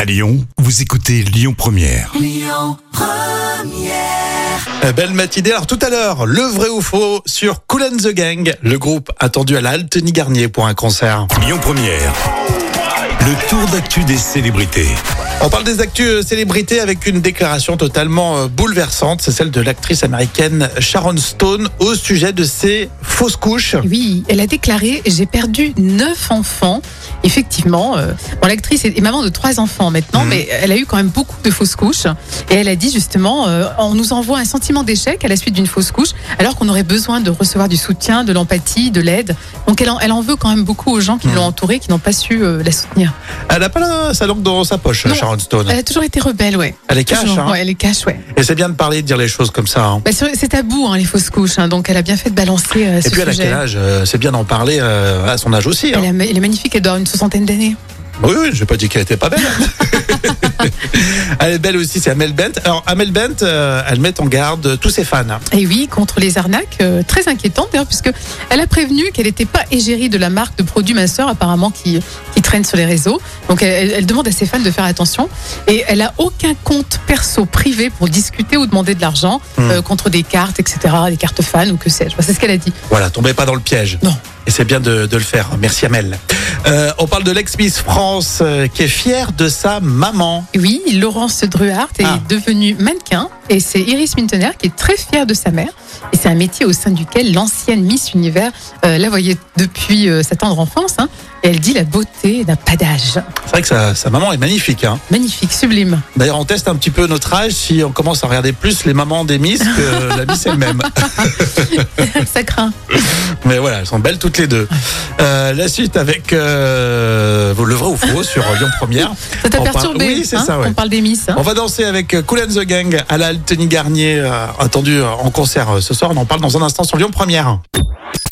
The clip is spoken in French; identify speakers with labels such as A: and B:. A: À Lyon, vous écoutez Lyon Première.
B: Euh, Belle matinée. Alors tout à l'heure, le vrai ou faux sur Cool and the Gang, le groupe attendu à la Altony Garnier pour un concert.
A: Lyon Première. Le tour d'actu des célébrités.
B: On parle des actus euh, célébrités avec une déclaration totalement euh, bouleversante, c'est celle de l'actrice américaine Sharon Stone au sujet de ses fausses couches.
C: Oui, elle a déclaré J'ai perdu neuf enfants. Effectivement, euh, bon, l'actrice est est maman de trois enfants maintenant,
B: Mhm.
C: mais elle a eu quand même beaucoup de fausses couches. Et elle a dit justement euh, On nous envoie un sentiment d'échec à la suite d'une fausse couche, alors qu'on aurait besoin de recevoir du soutien, de l'empathie, de l'aide. Donc elle en, elle en veut quand même beaucoup aux gens qui
B: Mhm.
C: l'ont entourée, qui n'ont pas su euh, la soutenir.
B: Elle n'a pas la- sa langue dans sa poche,
C: Non.
B: Sharon Stone.
C: Elle a toujours été rebelle, ouais.
B: Elle est cash,
C: Toujours,
B: hein.
C: ouais, elle est cash, ouais.
B: Et c'est bien de parler, de dire les choses comme ça. hein.
C: Bah, sur- c'est tabou, hein, les fausses couches, hein, donc elle a bien fait de balancer euh, ce
B: Et puis elle a
C: sujet.
B: quel âge Euh, C'est bien d'en parler euh, à son âge aussi. hein.
C: Elle a- elle est magnifique, elle doit avoir une soixantaine d'années.
B: Oui, oui, j'ai pas dit qu'elle était pas belle. elle est belle aussi, c'est Amel Bent. Alors Amel Bent, euh, elle met en garde euh, tous ses fans.
C: Et oui, contre les arnaques, euh, très inquiétante d'ailleurs, puisque elle a prévenu qu'elle n'était pas égérie de la marque de produits minceurs apparemment qui, qui traîne sur les réseaux. Donc elle, elle- elle demande à ses fans de faire attention. Et elle a aucun compte perso privé pour discuter ou demander de l'argent
B: Hmm.
C: euh, contre des cartes, etc., des cartes fans ou que sais-je. Enfin, C'est ce qu'elle a dit.
B: Voilà, tombez pas dans le piège.
C: Non.
B: Et c'est bien de, de le faire. Merci Amel. Euh, on parle de l'ex-Miss France euh, qui est fière de sa maman.
C: Et Oui, Laurence Druart est
B: Ah.
C: devenue mannequin et c'est Iris Mintener qui est très fière de sa mère. Et c'est un métier au sein duquel l'ancienne Miss Univers euh, la voyait depuis euh, sa tendre enfance. hein. et elle dit la beauté n'a pas d'âge.
B: C'est vrai que sa, sa maman est magnifique. hein.
C: Magnifique, sublime.
B: D'ailleurs, on teste un petit peu notre âge si on commence à regarder plus les mamans des Miss que la Miss elle-même.
C: Ça craint.
B: Mais voilà, elles sont belles toutes les deux. Euh, la suite avec euh, le vrai ou faux sur Lyon Première.
C: Ça t'a
B: On parle-
C: perturbé.
B: oui, c'est
C: hein
B: ça, ouais.
C: On parle des Miss. hein.
B: On va danser avec Cool and the Gang à la Altony Garnier, euh, attendu euh, en concert euh, ce soir. On en parle dans un instant sur Lyon Première.